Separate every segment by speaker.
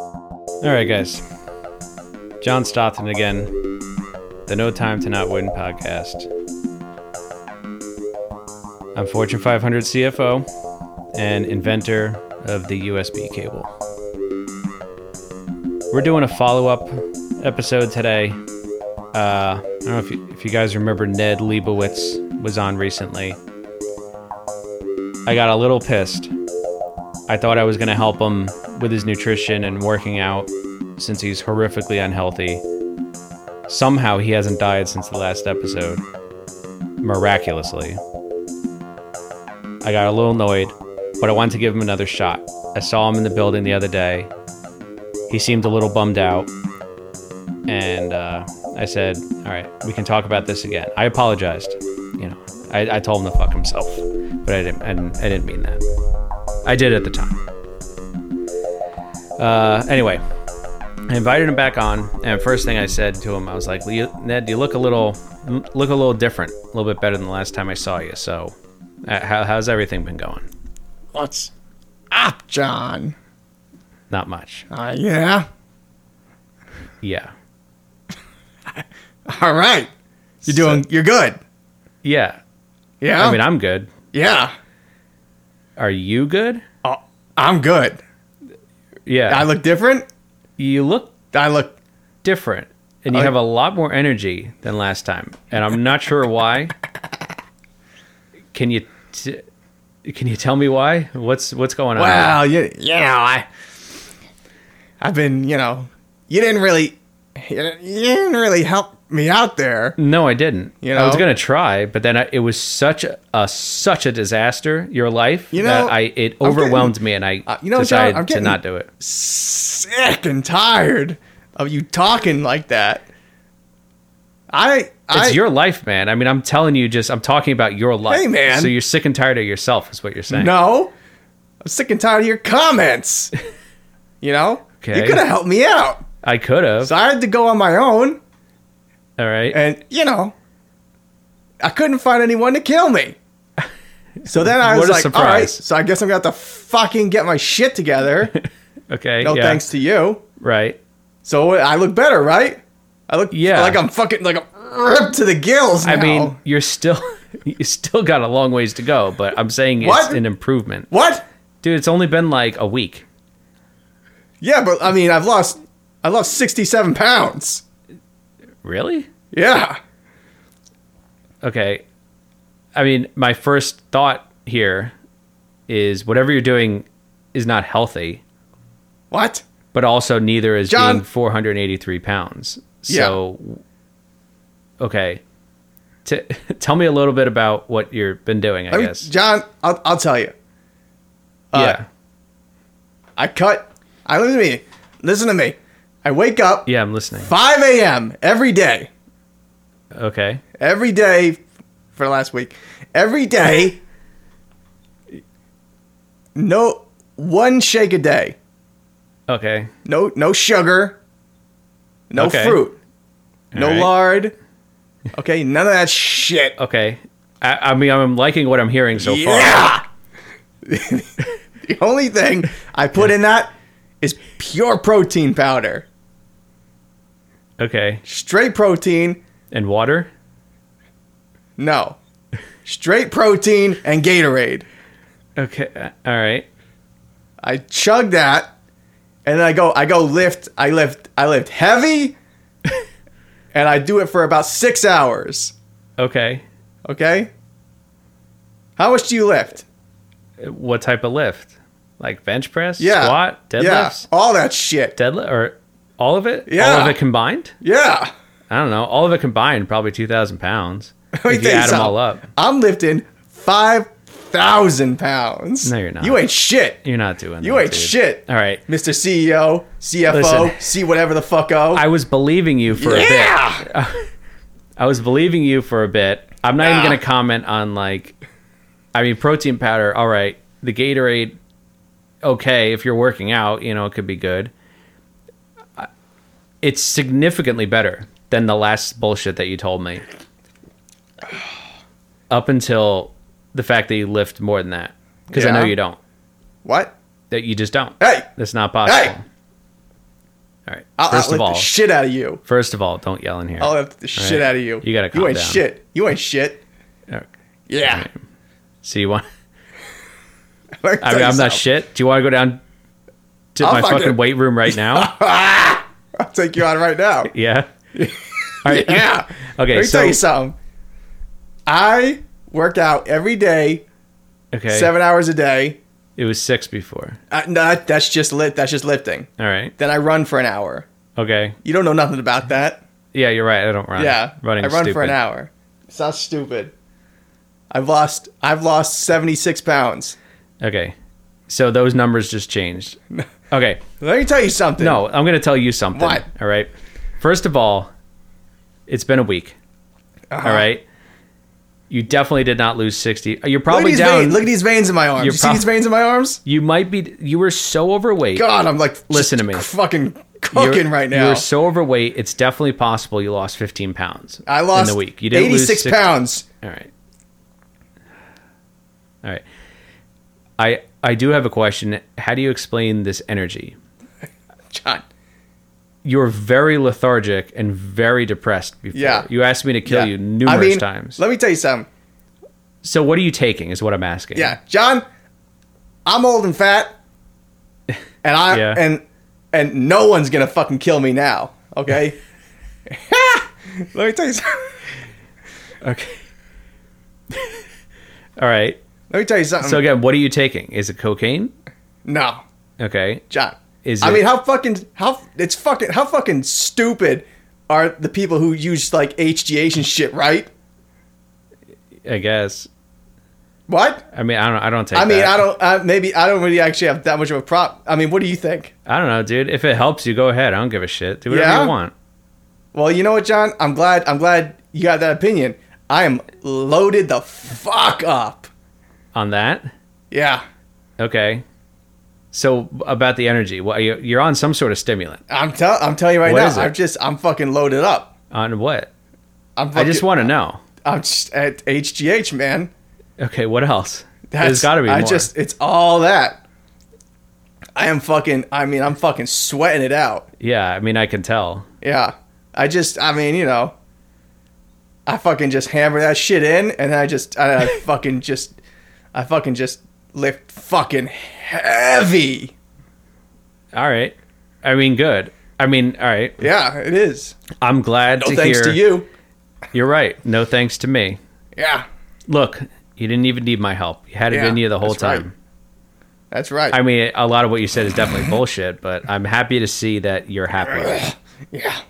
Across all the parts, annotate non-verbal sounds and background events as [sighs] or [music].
Speaker 1: All right, guys. John Stockton again. The No Time to Not Win podcast. I'm Fortune 500 CFO and inventor of the USB cable. We're doing a follow up episode today. Uh, I don't know if you, if you guys remember Ned Leibowitz was on recently. I got a little pissed I thought I was going to help him with his nutrition and working out since he's horrifically unhealthy. Somehow he hasn't died since the last episode. Miraculously. I got a little annoyed, but I wanted to give him another shot. I saw him in the building the other day. He seemed a little bummed out. And uh, I said, All right, we can talk about this again. I apologized. You know, I, I told him to fuck himself, but I didn't, I didn't, I didn't mean that. I did at the time. Uh, anyway, I invited him back on, and first thing I said to him, I was like, "Leo- "Ned, you look a little, look a little different, a little bit better than the last time I saw you. So, uh, how, how's everything been going?
Speaker 2: What's up, John?
Speaker 1: Not much.
Speaker 2: Uh, yeah.
Speaker 1: Yeah,
Speaker 2: All right. You're doing. you're good.
Speaker 1: yeah.
Speaker 2: Yeah.
Speaker 1: I mean, I'm good.
Speaker 2: yeah.
Speaker 1: Are you good?
Speaker 2: Oh. I'm good.
Speaker 1: Yeah.
Speaker 2: I look different.
Speaker 1: you look
Speaker 2: I look.
Speaker 1: different, and you
Speaker 2: I-
Speaker 1: have a lot more energy than last time, and I'm not sure why. Can you, t- can you tell me why? What's what's going on?
Speaker 2: Wow. You, you know I. I've been. You know. You didn't really. You didn't you didn't really help me out there.
Speaker 1: No, I didn't.
Speaker 2: You
Speaker 1: I was
Speaker 2: know?
Speaker 1: gonna try, but then I, it was such a, a such a disaster. Your life,
Speaker 2: You
Speaker 1: that
Speaker 2: know,
Speaker 1: I it
Speaker 2: I'm Uh,
Speaker 1: overwhelmed me, and I
Speaker 2: you know, John,
Speaker 1: decided
Speaker 2: I'm
Speaker 1: to
Speaker 2: getting-
Speaker 1: not do it.
Speaker 2: Sick and tired of you talking like that. I. I
Speaker 1: It's your life, man. I mean, I'm telling you, just I'm talking about your life,
Speaker 2: Hey, man.
Speaker 1: So you're sick and tired of yourself, is what you're saying.
Speaker 2: No. I'm sick and tired of your comments. you know?
Speaker 1: Okay.
Speaker 2: You could have helped me out.
Speaker 1: I could have.
Speaker 2: So I had to go on my own
Speaker 1: All right,
Speaker 2: and, you know, I couldn't find anyone to kill me. So then
Speaker 1: [laughs]
Speaker 2: I
Speaker 1: What
Speaker 2: was
Speaker 1: a
Speaker 2: like, all right,
Speaker 1: surprise.
Speaker 2: so I guess I'm going to have to fucking get my
Speaker 1: [laughs]
Speaker 2: shit together.
Speaker 1: okay.
Speaker 2: No
Speaker 1: yeah.
Speaker 2: thanks to you.
Speaker 1: Right.
Speaker 2: So I look better, right? I look
Speaker 1: Yeah.
Speaker 2: like I'm fucking, like I'm ripped to the gills now.
Speaker 1: I mean, you're still [laughs] you still got a long ways to go, but I'm saying it's
Speaker 2: What?
Speaker 1: an improvement,
Speaker 2: what?
Speaker 1: dude. It's only been like a week.
Speaker 2: Yeah, but I mean, I've lost, I lost 67 pounds.
Speaker 1: Really?
Speaker 2: Yeah.
Speaker 1: okay i mean my first thought here is whatever you're doing is not healthy
Speaker 2: What?
Speaker 1: but also neither is
Speaker 2: John.
Speaker 1: being 483 pounds so okay T- [laughs] tell me a little bit about what you've been doing i
Speaker 2: Let me-
Speaker 1: guess
Speaker 2: John, I'll, I'll tell you.
Speaker 1: yeah
Speaker 2: I cut. I listen to me. Listen to me. I wake up
Speaker 1: yeah i'm listening
Speaker 2: 5 a.m. every day.
Speaker 1: okay
Speaker 2: Every day for the last week. Every day. no one shake a day.
Speaker 1: okay
Speaker 2: No no sugar. No
Speaker 1: Okay.
Speaker 2: fruit. no
Speaker 1: right.
Speaker 2: lard. Okay, none of that shit.
Speaker 1: okay I, I mean i'm liking what i'm hearing [laughs] so far
Speaker 2: yeah. [laughs] the only thing I put in that is pure protein powder.
Speaker 1: okay
Speaker 2: Straight protein.
Speaker 1: and water
Speaker 2: No. Straight protein and Gatorade.
Speaker 1: okay uh, all right
Speaker 2: I chug that and then I go I go lift I lift I
Speaker 1: [laughs]
Speaker 2: lift heavy and I do it for about six hours.
Speaker 1: okay
Speaker 2: Okay? How much do you lift?
Speaker 1: what type of lift like bench press
Speaker 2: Yeah.
Speaker 1: squat deadlifts
Speaker 2: Yeah. All that shit.
Speaker 1: deadlift or all of it?
Speaker 2: Yeah.
Speaker 1: All of it combined?
Speaker 2: Yeah.
Speaker 1: I don't know. All of it combined, probably 2,000
Speaker 2: [laughs]
Speaker 1: pounds. If
Speaker 2: We
Speaker 1: you
Speaker 2: think
Speaker 1: add
Speaker 2: so.
Speaker 1: them all up,
Speaker 2: I'm lifting five thousand pounds.
Speaker 1: No, you're not.
Speaker 2: You ain't shit.
Speaker 1: you're not doing
Speaker 2: You
Speaker 1: that,
Speaker 2: ain't
Speaker 1: dude.
Speaker 2: shit.
Speaker 1: All right.
Speaker 2: Mr. CEO, CFO,
Speaker 1: Listen.
Speaker 2: C whatever the fuck oh.
Speaker 1: I was believing you for a bit.
Speaker 2: yeah.
Speaker 1: I was believing you for a bit. I'm not even
Speaker 2: Ah.
Speaker 1: going to comment on, like, I mean, protein powder, all right. The Gatorade, okay. If you're working out, you know, it could be good. I- It's significantly better than the last bullshit that you told me. [sighs] Up until the fact that you lift more than that. Because I know
Speaker 2: Yeah.
Speaker 1: you don't.
Speaker 2: What?
Speaker 1: That you just don't.
Speaker 2: Hey!
Speaker 1: That's not possible. All right.
Speaker 2: I'll
Speaker 1: first
Speaker 2: outlift
Speaker 1: of all,
Speaker 2: the shit out of you.
Speaker 1: first of all, don't yell in here.
Speaker 2: I'll outlift the shit
Speaker 1: right.
Speaker 2: out of you.
Speaker 1: You gotta
Speaker 2: You
Speaker 1: calm
Speaker 2: ain't
Speaker 1: down.
Speaker 2: shit. You ain't shit.
Speaker 1: All right.
Speaker 2: Yeah.
Speaker 1: So you want?
Speaker 2: [laughs] I
Speaker 1: I mean, I'm not shit. Do you want to go down to
Speaker 2: I'll
Speaker 1: my
Speaker 2: fucking-
Speaker 1: fucking weight room right
Speaker 2: [laughs]
Speaker 1: now?
Speaker 2: I'll take you on right now.
Speaker 1: yeah. All right.
Speaker 2: Yeah.
Speaker 1: [laughs] Okay.
Speaker 2: Let me
Speaker 1: so
Speaker 2: tell you something. I work out every day,
Speaker 1: okay.
Speaker 2: seven hours a day.
Speaker 1: It was six before.
Speaker 2: Uh, no, that- that's just lit. That's just lifting.
Speaker 1: All right.
Speaker 2: Then I run for an hour.
Speaker 1: Okay.
Speaker 2: You don't know nothing
Speaker 1: [laughs]
Speaker 2: about that.
Speaker 1: Yeah, you're right. I don't run.
Speaker 2: Yeah,
Speaker 1: Running.
Speaker 2: I run for an
Speaker 1: stupid.
Speaker 2: hour. It's not stupid. I've lost. I've lost seventy six pounds.
Speaker 1: Okay. So those numbers just
Speaker 2: [laughs]
Speaker 1: changed. Okay.
Speaker 2: Let me tell you something.
Speaker 1: No, I'm going to tell you something.
Speaker 2: What?
Speaker 1: All right. First of all, it's been a week.
Speaker 2: Uh-huh.
Speaker 1: All right. You definitely did not lose 60. You're
Speaker 2: Look at,
Speaker 1: probably
Speaker 2: these
Speaker 1: down.
Speaker 2: veins. Look at these veins in my arms.
Speaker 1: You're
Speaker 2: you
Speaker 1: prob-
Speaker 2: see these veins in my arms?
Speaker 1: You might be. You were so overweight.
Speaker 2: God, I'm like. just
Speaker 1: Listen to me.
Speaker 2: Fucking
Speaker 1: You're-
Speaker 2: cooking right
Speaker 1: You
Speaker 2: now.
Speaker 1: were so overweight. It's definitely possible you lost 15 pounds.
Speaker 2: I lost
Speaker 1: in the week. You didn't
Speaker 2: eighty
Speaker 1: lose
Speaker 2: six
Speaker 1: 60
Speaker 2: pounds.
Speaker 1: All right. All right. I I do have a question. How do you explain this energy?
Speaker 2: John.
Speaker 1: You're very lethargic and very depressed before.
Speaker 2: Yeah.
Speaker 1: You asked me to kill
Speaker 2: Yeah.
Speaker 1: you numerous
Speaker 2: I mean,
Speaker 1: times.
Speaker 2: Let me tell you something.
Speaker 1: so what are you taking is what I'm asking.
Speaker 2: Yeah, John, I'm old and fat, and
Speaker 1: [laughs]
Speaker 2: I
Speaker 1: Yeah.
Speaker 2: and and no one's gonna fucking kill me now.
Speaker 1: [laughs]
Speaker 2: Okay. [laughs] Let me tell you something.
Speaker 1: Okay. All right.
Speaker 2: Let me tell you something.
Speaker 1: So again, what are you taking? Is it cocaine?
Speaker 2: no,
Speaker 1: Okay.
Speaker 2: John.
Speaker 1: Is
Speaker 2: I
Speaker 1: it-
Speaker 2: mean, how fucking how it's fucking how fucking stupid are the people who use like HGH and shit, right?
Speaker 1: I guess.
Speaker 2: What?
Speaker 1: I mean, I don't I don't take
Speaker 2: I mean,
Speaker 1: that.
Speaker 2: I don't. Uh, maybe I don't really actually have that much of a prop. I mean, what do you think?
Speaker 1: I don't know, dude. If it helps you, go ahead. I don't give a shit. Do whatever
Speaker 2: Yeah?
Speaker 1: you want.
Speaker 2: Well, you know what, John? I'm glad. I'm glad you got that opinion. I am loaded the fuck up.
Speaker 1: On that?
Speaker 2: Yeah,
Speaker 1: Okay. So about the energy, well, you- you're on some sort of stimulant.
Speaker 2: I'm tell. I'm telling you right
Speaker 1: What
Speaker 2: now.
Speaker 1: is it?
Speaker 2: I'm just. I'm fucking loaded up.
Speaker 1: On what?
Speaker 2: I'm.
Speaker 1: I
Speaker 2: Fucking,
Speaker 1: just want to know.
Speaker 2: I'm just at HGH, man.
Speaker 1: Okay, what else? There's got to be.
Speaker 2: I
Speaker 1: more.
Speaker 2: just. It's all that. I am fucking. I mean, I'm fucking sweating it out.
Speaker 1: Yeah, I mean, I can tell.
Speaker 2: Yeah. I just. I mean, you know. I fucking just hammer that shit in, and I just.
Speaker 1: [laughs]
Speaker 2: I, I fucking just. I fucking just lift fucking heavy.
Speaker 1: All right. I mean, good. I mean, all right.
Speaker 2: Yeah, it is.
Speaker 1: I'm glad
Speaker 2: No
Speaker 1: to
Speaker 2: thanks
Speaker 1: hear.
Speaker 2: to you.
Speaker 1: You're right. No thanks to me.
Speaker 2: Yeah,
Speaker 1: Look, you didn't even need my help. You had it
Speaker 2: Yeah,
Speaker 1: in you the whole
Speaker 2: that's right.
Speaker 1: time.
Speaker 2: that's right.
Speaker 1: I mean, a lot of what you said is definitely bullshit, but I'm happy to see that you're happy.
Speaker 2: yeah,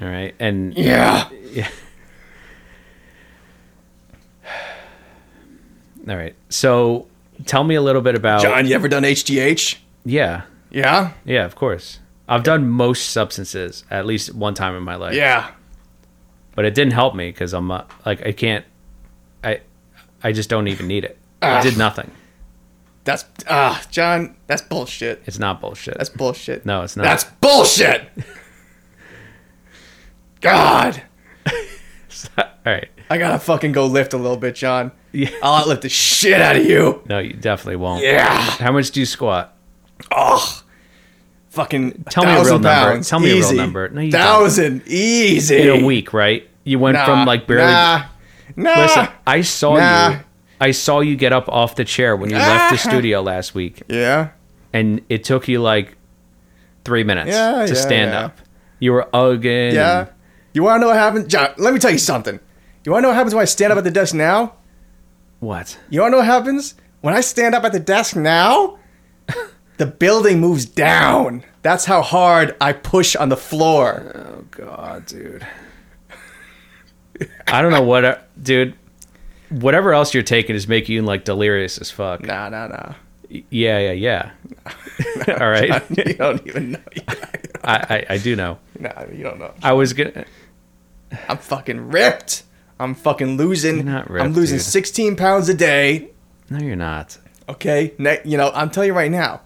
Speaker 1: All right. And
Speaker 2: yeah.
Speaker 1: all right. So tell me a little bit about.
Speaker 2: John, you ever done HGH?
Speaker 1: Yeah.
Speaker 2: Yeah,
Speaker 1: Yeah, of course. I've done most substances at least one time in my life.
Speaker 2: yeah.
Speaker 1: But it didn't help me because I'm uh, like I can't. I I just don't even need it.
Speaker 2: Ah.
Speaker 1: I did nothing.
Speaker 2: That's ah, John. That's bullshit.
Speaker 1: It's not bullshit.
Speaker 2: That's bullshit.
Speaker 1: no, it's not.
Speaker 2: that's bullshit. God,
Speaker 1: [laughs] all right.
Speaker 2: I gotta fucking go lift a little bit, John.
Speaker 1: Yeah.
Speaker 2: I'll outlift the shit out of you.
Speaker 1: No, you definitely won't.
Speaker 2: Yeah.
Speaker 1: How much do you squat?
Speaker 2: Oh, fucking.
Speaker 1: Tell me a real
Speaker 2: 1,000
Speaker 1: number.
Speaker 2: pounds.
Speaker 1: Tell me a real
Speaker 2: Easy.
Speaker 1: number. No, you don't.
Speaker 2: thousand easy
Speaker 1: In a week, right? You went
Speaker 2: Nah,
Speaker 1: from like barely.
Speaker 2: Nah, nah.
Speaker 1: Listen, I saw
Speaker 2: Nah. Ah.
Speaker 1: you. I saw you get up off the chair when you left the studio last week,
Speaker 2: Yeah.
Speaker 1: and it took you like three minutes
Speaker 2: Yeah,
Speaker 1: to
Speaker 2: yeah,
Speaker 1: stand
Speaker 2: yeah.
Speaker 1: up. You were ugging.
Speaker 2: Yeah. You want to know what happens? John, let me tell you something. You want to know what happens when I stand up at the desk now?
Speaker 1: What?
Speaker 2: You want to know what happens? When I stand up at the desk now, the building moves down. That's how hard I push on the floor.
Speaker 1: Oh god, dude. I don't know what, uh, dude. Whatever else you're taking is making you like delirious as fuck.
Speaker 2: Nah, nah, nah.
Speaker 1: Y- Yeah, yeah, [laughs] yeah. All right,
Speaker 2: [laughs] You don't even know.
Speaker 1: I, I I do know.
Speaker 2: Nah, you don't know.
Speaker 1: I was gonna.
Speaker 2: I'm fucking ripped. I'm fucking losing.
Speaker 1: not
Speaker 2: I'm
Speaker 1: ripped,
Speaker 2: losing
Speaker 1: dude.
Speaker 2: 16 pounds a day.
Speaker 1: No, you're not.
Speaker 2: Okay, ne- you know, I'm telling you right now.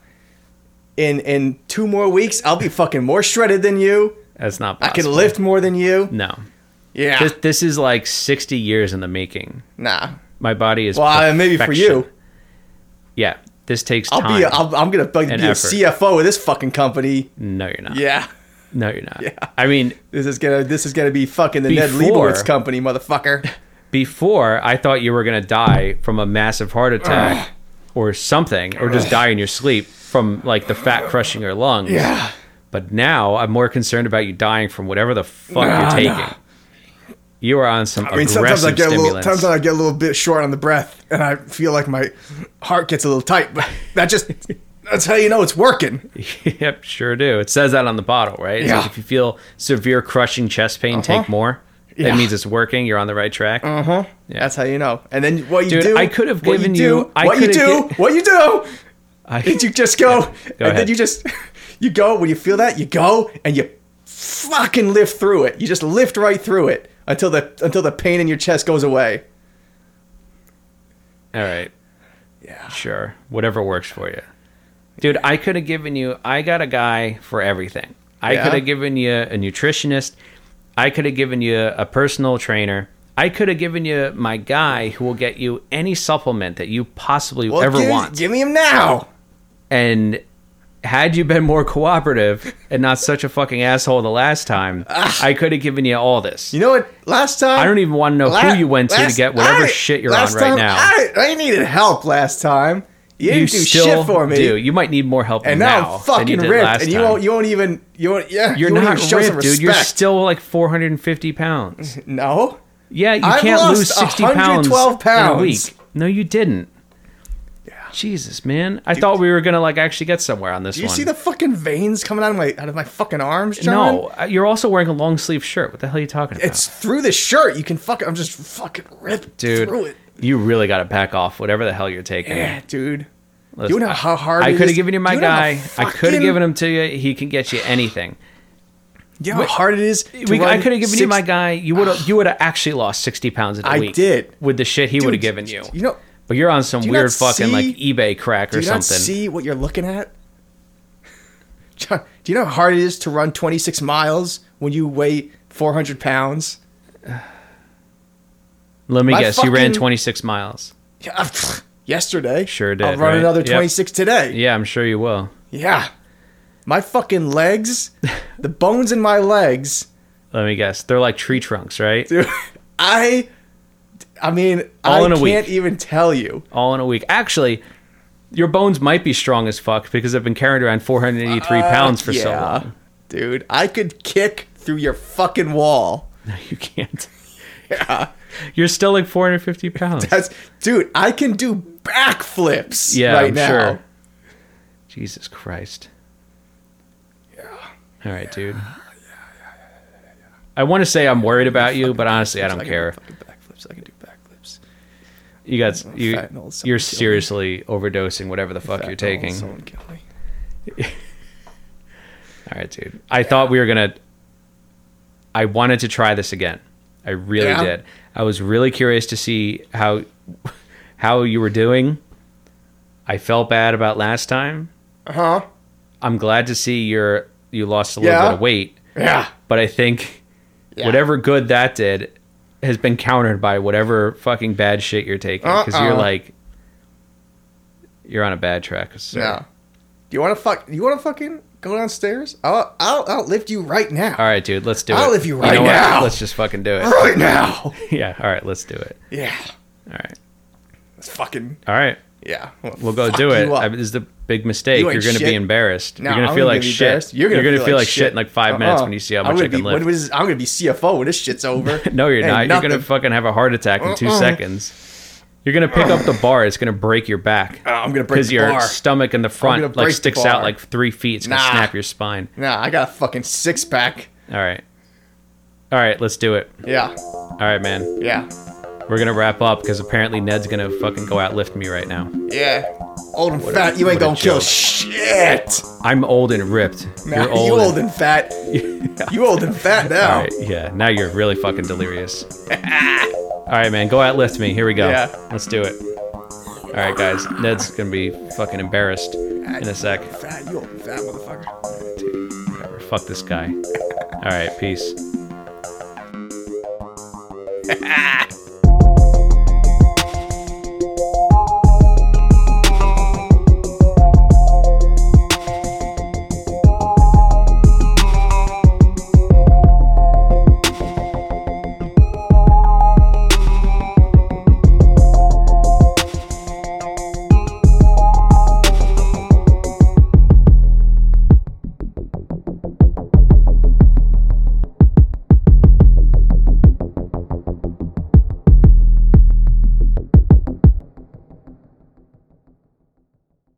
Speaker 2: In in two more weeks, I'll be fucking more shredded than you.
Speaker 1: That's not.
Speaker 2: I
Speaker 1: Possible.
Speaker 2: can lift more than you.
Speaker 1: No,
Speaker 2: Yeah.
Speaker 1: this this is like 60 years in the making.
Speaker 2: nah.
Speaker 1: My body is.
Speaker 2: Well, I- maybe for
Speaker 1: perfection.
Speaker 2: you.
Speaker 1: Yeah, this takes
Speaker 2: I'll
Speaker 1: time.
Speaker 2: be. I'll, I'm gonna fucking
Speaker 1: and
Speaker 2: be a
Speaker 1: effort.
Speaker 2: CFO of this fucking company.
Speaker 1: no, you're not.
Speaker 2: Yeah.
Speaker 1: No, you're not.
Speaker 2: Yeah.
Speaker 1: I mean,
Speaker 2: This is gonna this is gonna be fucking the Ned
Speaker 1: Before-
Speaker 2: Leibowitz
Speaker 1: [laughs]
Speaker 2: company, motherfucker.
Speaker 1: before I thought you were going to die from a massive heart attack or something, or just die in your sleep from like the fat crushing your lungs.
Speaker 2: Yeah.
Speaker 1: But now I'm more concerned about you dying from whatever the fuck
Speaker 2: Nah,
Speaker 1: you're taking.
Speaker 2: nah.
Speaker 1: You are on some
Speaker 2: I mean,
Speaker 1: aggressive
Speaker 2: sometimes I get a little,
Speaker 1: stimulants.
Speaker 2: sometimes I get a little bit short on the breath, and I feel like my heart gets a little tight. But that just that's how you know it's working.
Speaker 1: [laughs] yep, sure do. It says that on the bottle, right? It says
Speaker 2: Yeah. Uh-huh.
Speaker 1: if you feel severe crushing chest pain, take more.
Speaker 2: Yeah. Uh-huh.
Speaker 1: That means it's working. You're on the right track.
Speaker 2: That's how you know. And then what you
Speaker 1: Dude,
Speaker 2: do?
Speaker 1: I could have
Speaker 2: what
Speaker 1: given
Speaker 2: do,
Speaker 1: you- I
Speaker 2: what you
Speaker 1: could
Speaker 2: do.
Speaker 1: have gi-
Speaker 2: what you do?
Speaker 1: I-
Speaker 2: Did [laughs] you just go? and then
Speaker 1: ahead.
Speaker 2: you just you go when you feel that you go and you fucking lift through it. You just lift right through it until the until the pain in your chest goes away.
Speaker 1: All right.
Speaker 2: Yeah.
Speaker 1: Sure. Whatever works for you. Dude, I could have given you I got a guy for everything. I
Speaker 2: Yeah?
Speaker 1: could have given you a nutritionist. I could have given you a personal trainer. I could have given you my guy who will get you any supplement that you possibly
Speaker 2: Well,
Speaker 1: ever
Speaker 2: give,
Speaker 1: want.
Speaker 2: Give me him now.
Speaker 1: And had you been more cooperative and not such a fucking asshole the last time, I could have given you all this.
Speaker 2: Ah. You know what? Last time
Speaker 1: I don't even want to know who you went to to get whatever shit you're on right
Speaker 2: time,
Speaker 1: now.
Speaker 2: I, I needed help last time. You didn't
Speaker 1: you
Speaker 2: do
Speaker 1: still
Speaker 2: shit for me.
Speaker 1: do. You might need more help
Speaker 2: and now,
Speaker 1: now,
Speaker 2: I'm fucking
Speaker 1: than you did
Speaker 2: ripped,
Speaker 1: last
Speaker 2: and you
Speaker 1: time.
Speaker 2: won't. You won't even. You won't. Yeah,
Speaker 1: You're
Speaker 2: you won't
Speaker 1: not
Speaker 2: even show some
Speaker 1: ripped, dude. You're
Speaker 2: respect.
Speaker 1: still like 450
Speaker 2: [laughs]
Speaker 1: pounds.
Speaker 2: no.
Speaker 1: Yeah, you
Speaker 2: I've
Speaker 1: can't
Speaker 2: lost
Speaker 1: lose 60 pounds,
Speaker 2: 112
Speaker 1: in a
Speaker 2: pounds.
Speaker 1: week. No, you didn't. Jesus, man. I thought we were gonna like actually get somewhere on this
Speaker 2: Do you
Speaker 1: one.
Speaker 2: see the fucking veins coming out of my out of my fucking arms, John?
Speaker 1: no, uh, you're also wearing a long sleeve shirt. What the hell are you talking about,
Speaker 2: it's through the shirt. You can fuck. I'm just fucking ripped
Speaker 1: dude?
Speaker 2: through it.
Speaker 1: You really got to back off whatever the hell you're taking.
Speaker 2: Yeah, dude.
Speaker 1: Listen,
Speaker 2: Do you know how hard
Speaker 1: I
Speaker 2: it
Speaker 1: could
Speaker 2: is-
Speaker 1: have given you my
Speaker 2: do know how
Speaker 1: guy. I could have
Speaker 2: fucking-
Speaker 1: given him to you. He can get you anything.
Speaker 2: Do you know how hard it is? to
Speaker 1: We, I
Speaker 2: run
Speaker 1: could have given you
Speaker 2: six-
Speaker 1: my guy. You would
Speaker 2: [sighs]
Speaker 1: have. You would have actually lost sixty pounds in a
Speaker 2: I
Speaker 1: week.
Speaker 2: did.
Speaker 1: with the shit he would have
Speaker 2: Dude,
Speaker 1: given you.
Speaker 2: You know,
Speaker 1: but you're on some
Speaker 2: you
Speaker 1: weird
Speaker 2: not
Speaker 1: fucking like
Speaker 2: see-
Speaker 1: eBay crack
Speaker 2: Do
Speaker 1: or
Speaker 2: you
Speaker 1: something.
Speaker 2: not see what you're looking at? [laughs] John, do you know how hard it is to run 26 miles when you weigh 400 pounds?
Speaker 1: Let me
Speaker 2: My
Speaker 1: guess. You ran
Speaker 2: fucking-
Speaker 1: twenty six miles.
Speaker 2: Yeah, [laughs] pfft, Yesterday.
Speaker 1: Sure did,
Speaker 2: I'll run
Speaker 1: right?
Speaker 2: another
Speaker 1: Yep.
Speaker 2: 26 today.
Speaker 1: Yeah, I'm sure you will.
Speaker 2: Yeah. My fucking legs, the bones in
Speaker 1: [laughs]
Speaker 2: my legs,
Speaker 1: Let me guess. They're like tree trunks, right?
Speaker 2: dude. I, I mean,
Speaker 1: All
Speaker 2: I
Speaker 1: in a
Speaker 2: can't
Speaker 1: week.
Speaker 2: even tell you.
Speaker 1: All in a week. Actually, your bones might be strong as fuck because I've been carrying around four hundred eighty three pounds for so
Speaker 2: Uh, Yeah.
Speaker 1: long. [laughs]
Speaker 2: Dude, I could kick through your fucking wall.
Speaker 1: No, you can't.
Speaker 2: Yeah.
Speaker 1: You're still like four hundred fifty pounds.
Speaker 2: That's, dude, I can do backflips
Speaker 1: Yeah,
Speaker 2: right
Speaker 1: I'm
Speaker 2: now.
Speaker 1: sure. Jesus Christ. [sighs] Yeah. All right, dude. I want to say I'm worried about you, but honestly, I don't care.
Speaker 2: I can do fucking backflips. I can do backflips.
Speaker 1: You got you.
Speaker 2: fat and old, someone
Speaker 1: You're
Speaker 2: kill me.
Speaker 1: seriously overdosing whatever the fuck
Speaker 2: Fat
Speaker 1: you're
Speaker 2: balls,
Speaker 1: taking.
Speaker 2: Someone kill me.
Speaker 1: All right, dude. I thought we were gonna. I wanted to try this again. I really
Speaker 2: Yeah?
Speaker 1: did. I was really curious to see how how you were doing. I felt bad about last time.
Speaker 2: Uh huh.
Speaker 1: I'm glad to see you're you lost a little
Speaker 2: Yeah?
Speaker 1: bit of weight.
Speaker 2: Yeah.
Speaker 1: but I think whatever good that did has been countered by whatever fucking bad shit you're taking because you're
Speaker 2: Uh-uh.
Speaker 1: like you're on a bad track. sir.
Speaker 2: Yeah. Do you want to fuck? You want to fucking go downstairs? I'll I'll, I'll lift you right now.
Speaker 1: All right, dude, let's do
Speaker 2: I'll
Speaker 1: it.
Speaker 2: live you right
Speaker 1: what?
Speaker 2: now.
Speaker 1: Let's just fucking do
Speaker 2: [laughs]
Speaker 1: it. [laughs]
Speaker 2: Right now.
Speaker 1: yeah. All right, let's do it.
Speaker 2: Yeah.
Speaker 1: All right.
Speaker 2: It's fucking.
Speaker 1: All right.
Speaker 2: Yeah.
Speaker 1: We'll go do it. I, this is the big mistake.
Speaker 2: You ain't
Speaker 1: You are going to
Speaker 2: shit.
Speaker 1: be embarrassed.
Speaker 2: No,
Speaker 1: you're going to
Speaker 2: I'm
Speaker 1: feel
Speaker 2: gonna
Speaker 1: like
Speaker 2: be
Speaker 1: shit.
Speaker 2: embarrassed. You're gonna
Speaker 1: gonna feel, like shit in like 5 minutes
Speaker 2: Uh-uh.
Speaker 1: when you see how
Speaker 2: I'm
Speaker 1: much
Speaker 2: gonna
Speaker 1: I can
Speaker 2: be,
Speaker 1: lift.
Speaker 2: when is- I'm gonna be CFO when this shit's over.
Speaker 1: [laughs] No, you're
Speaker 2: And
Speaker 1: not. You're gonna
Speaker 2: nothing.
Speaker 1: fucking have a heart attack in two
Speaker 2: Uh-uh.
Speaker 1: seconds. You're gonna pick
Speaker 2: [sighs]
Speaker 1: up the bar. It's gonna break your back.
Speaker 2: Uh, I'm gonna break
Speaker 1: because
Speaker 2: the
Speaker 1: your
Speaker 2: bar.
Speaker 1: stomach in the
Speaker 2: gonna
Speaker 1: front
Speaker 2: break
Speaker 1: like
Speaker 2: the
Speaker 1: sticks out
Speaker 2: bar.
Speaker 1: like three feet. It's gonna
Speaker 2: Nah.
Speaker 1: snap your spine.
Speaker 2: Nah, I got a fucking six pack.
Speaker 1: All right, all right, let's do it.
Speaker 2: Yeah.
Speaker 1: All right, man,
Speaker 2: Yeah.
Speaker 1: we're gonna wrap up because apparently Ned's gonna fucking go out lift me right now.
Speaker 2: Yeah. Old and fat, you ain't
Speaker 1: what a
Speaker 2: gonna kill
Speaker 1: joke.
Speaker 2: shit.
Speaker 1: I'm old and ripped.
Speaker 2: Nah,
Speaker 1: you're old.
Speaker 2: you
Speaker 1: and-
Speaker 2: old and fat.
Speaker 1: [laughs]
Speaker 2: You old [laughs] and fat
Speaker 1: all
Speaker 2: now.
Speaker 1: right, yeah. Now you're really fucking delirious. all right, man, go out lift me. Here we go.
Speaker 2: Yeah.
Speaker 1: Let's do it. All right, guys. Ned's gonna be fucking embarrassed in a sec.
Speaker 2: Fat, you old and fat motherfucker.
Speaker 1: Whatever. Fuck this guy. All right, peace.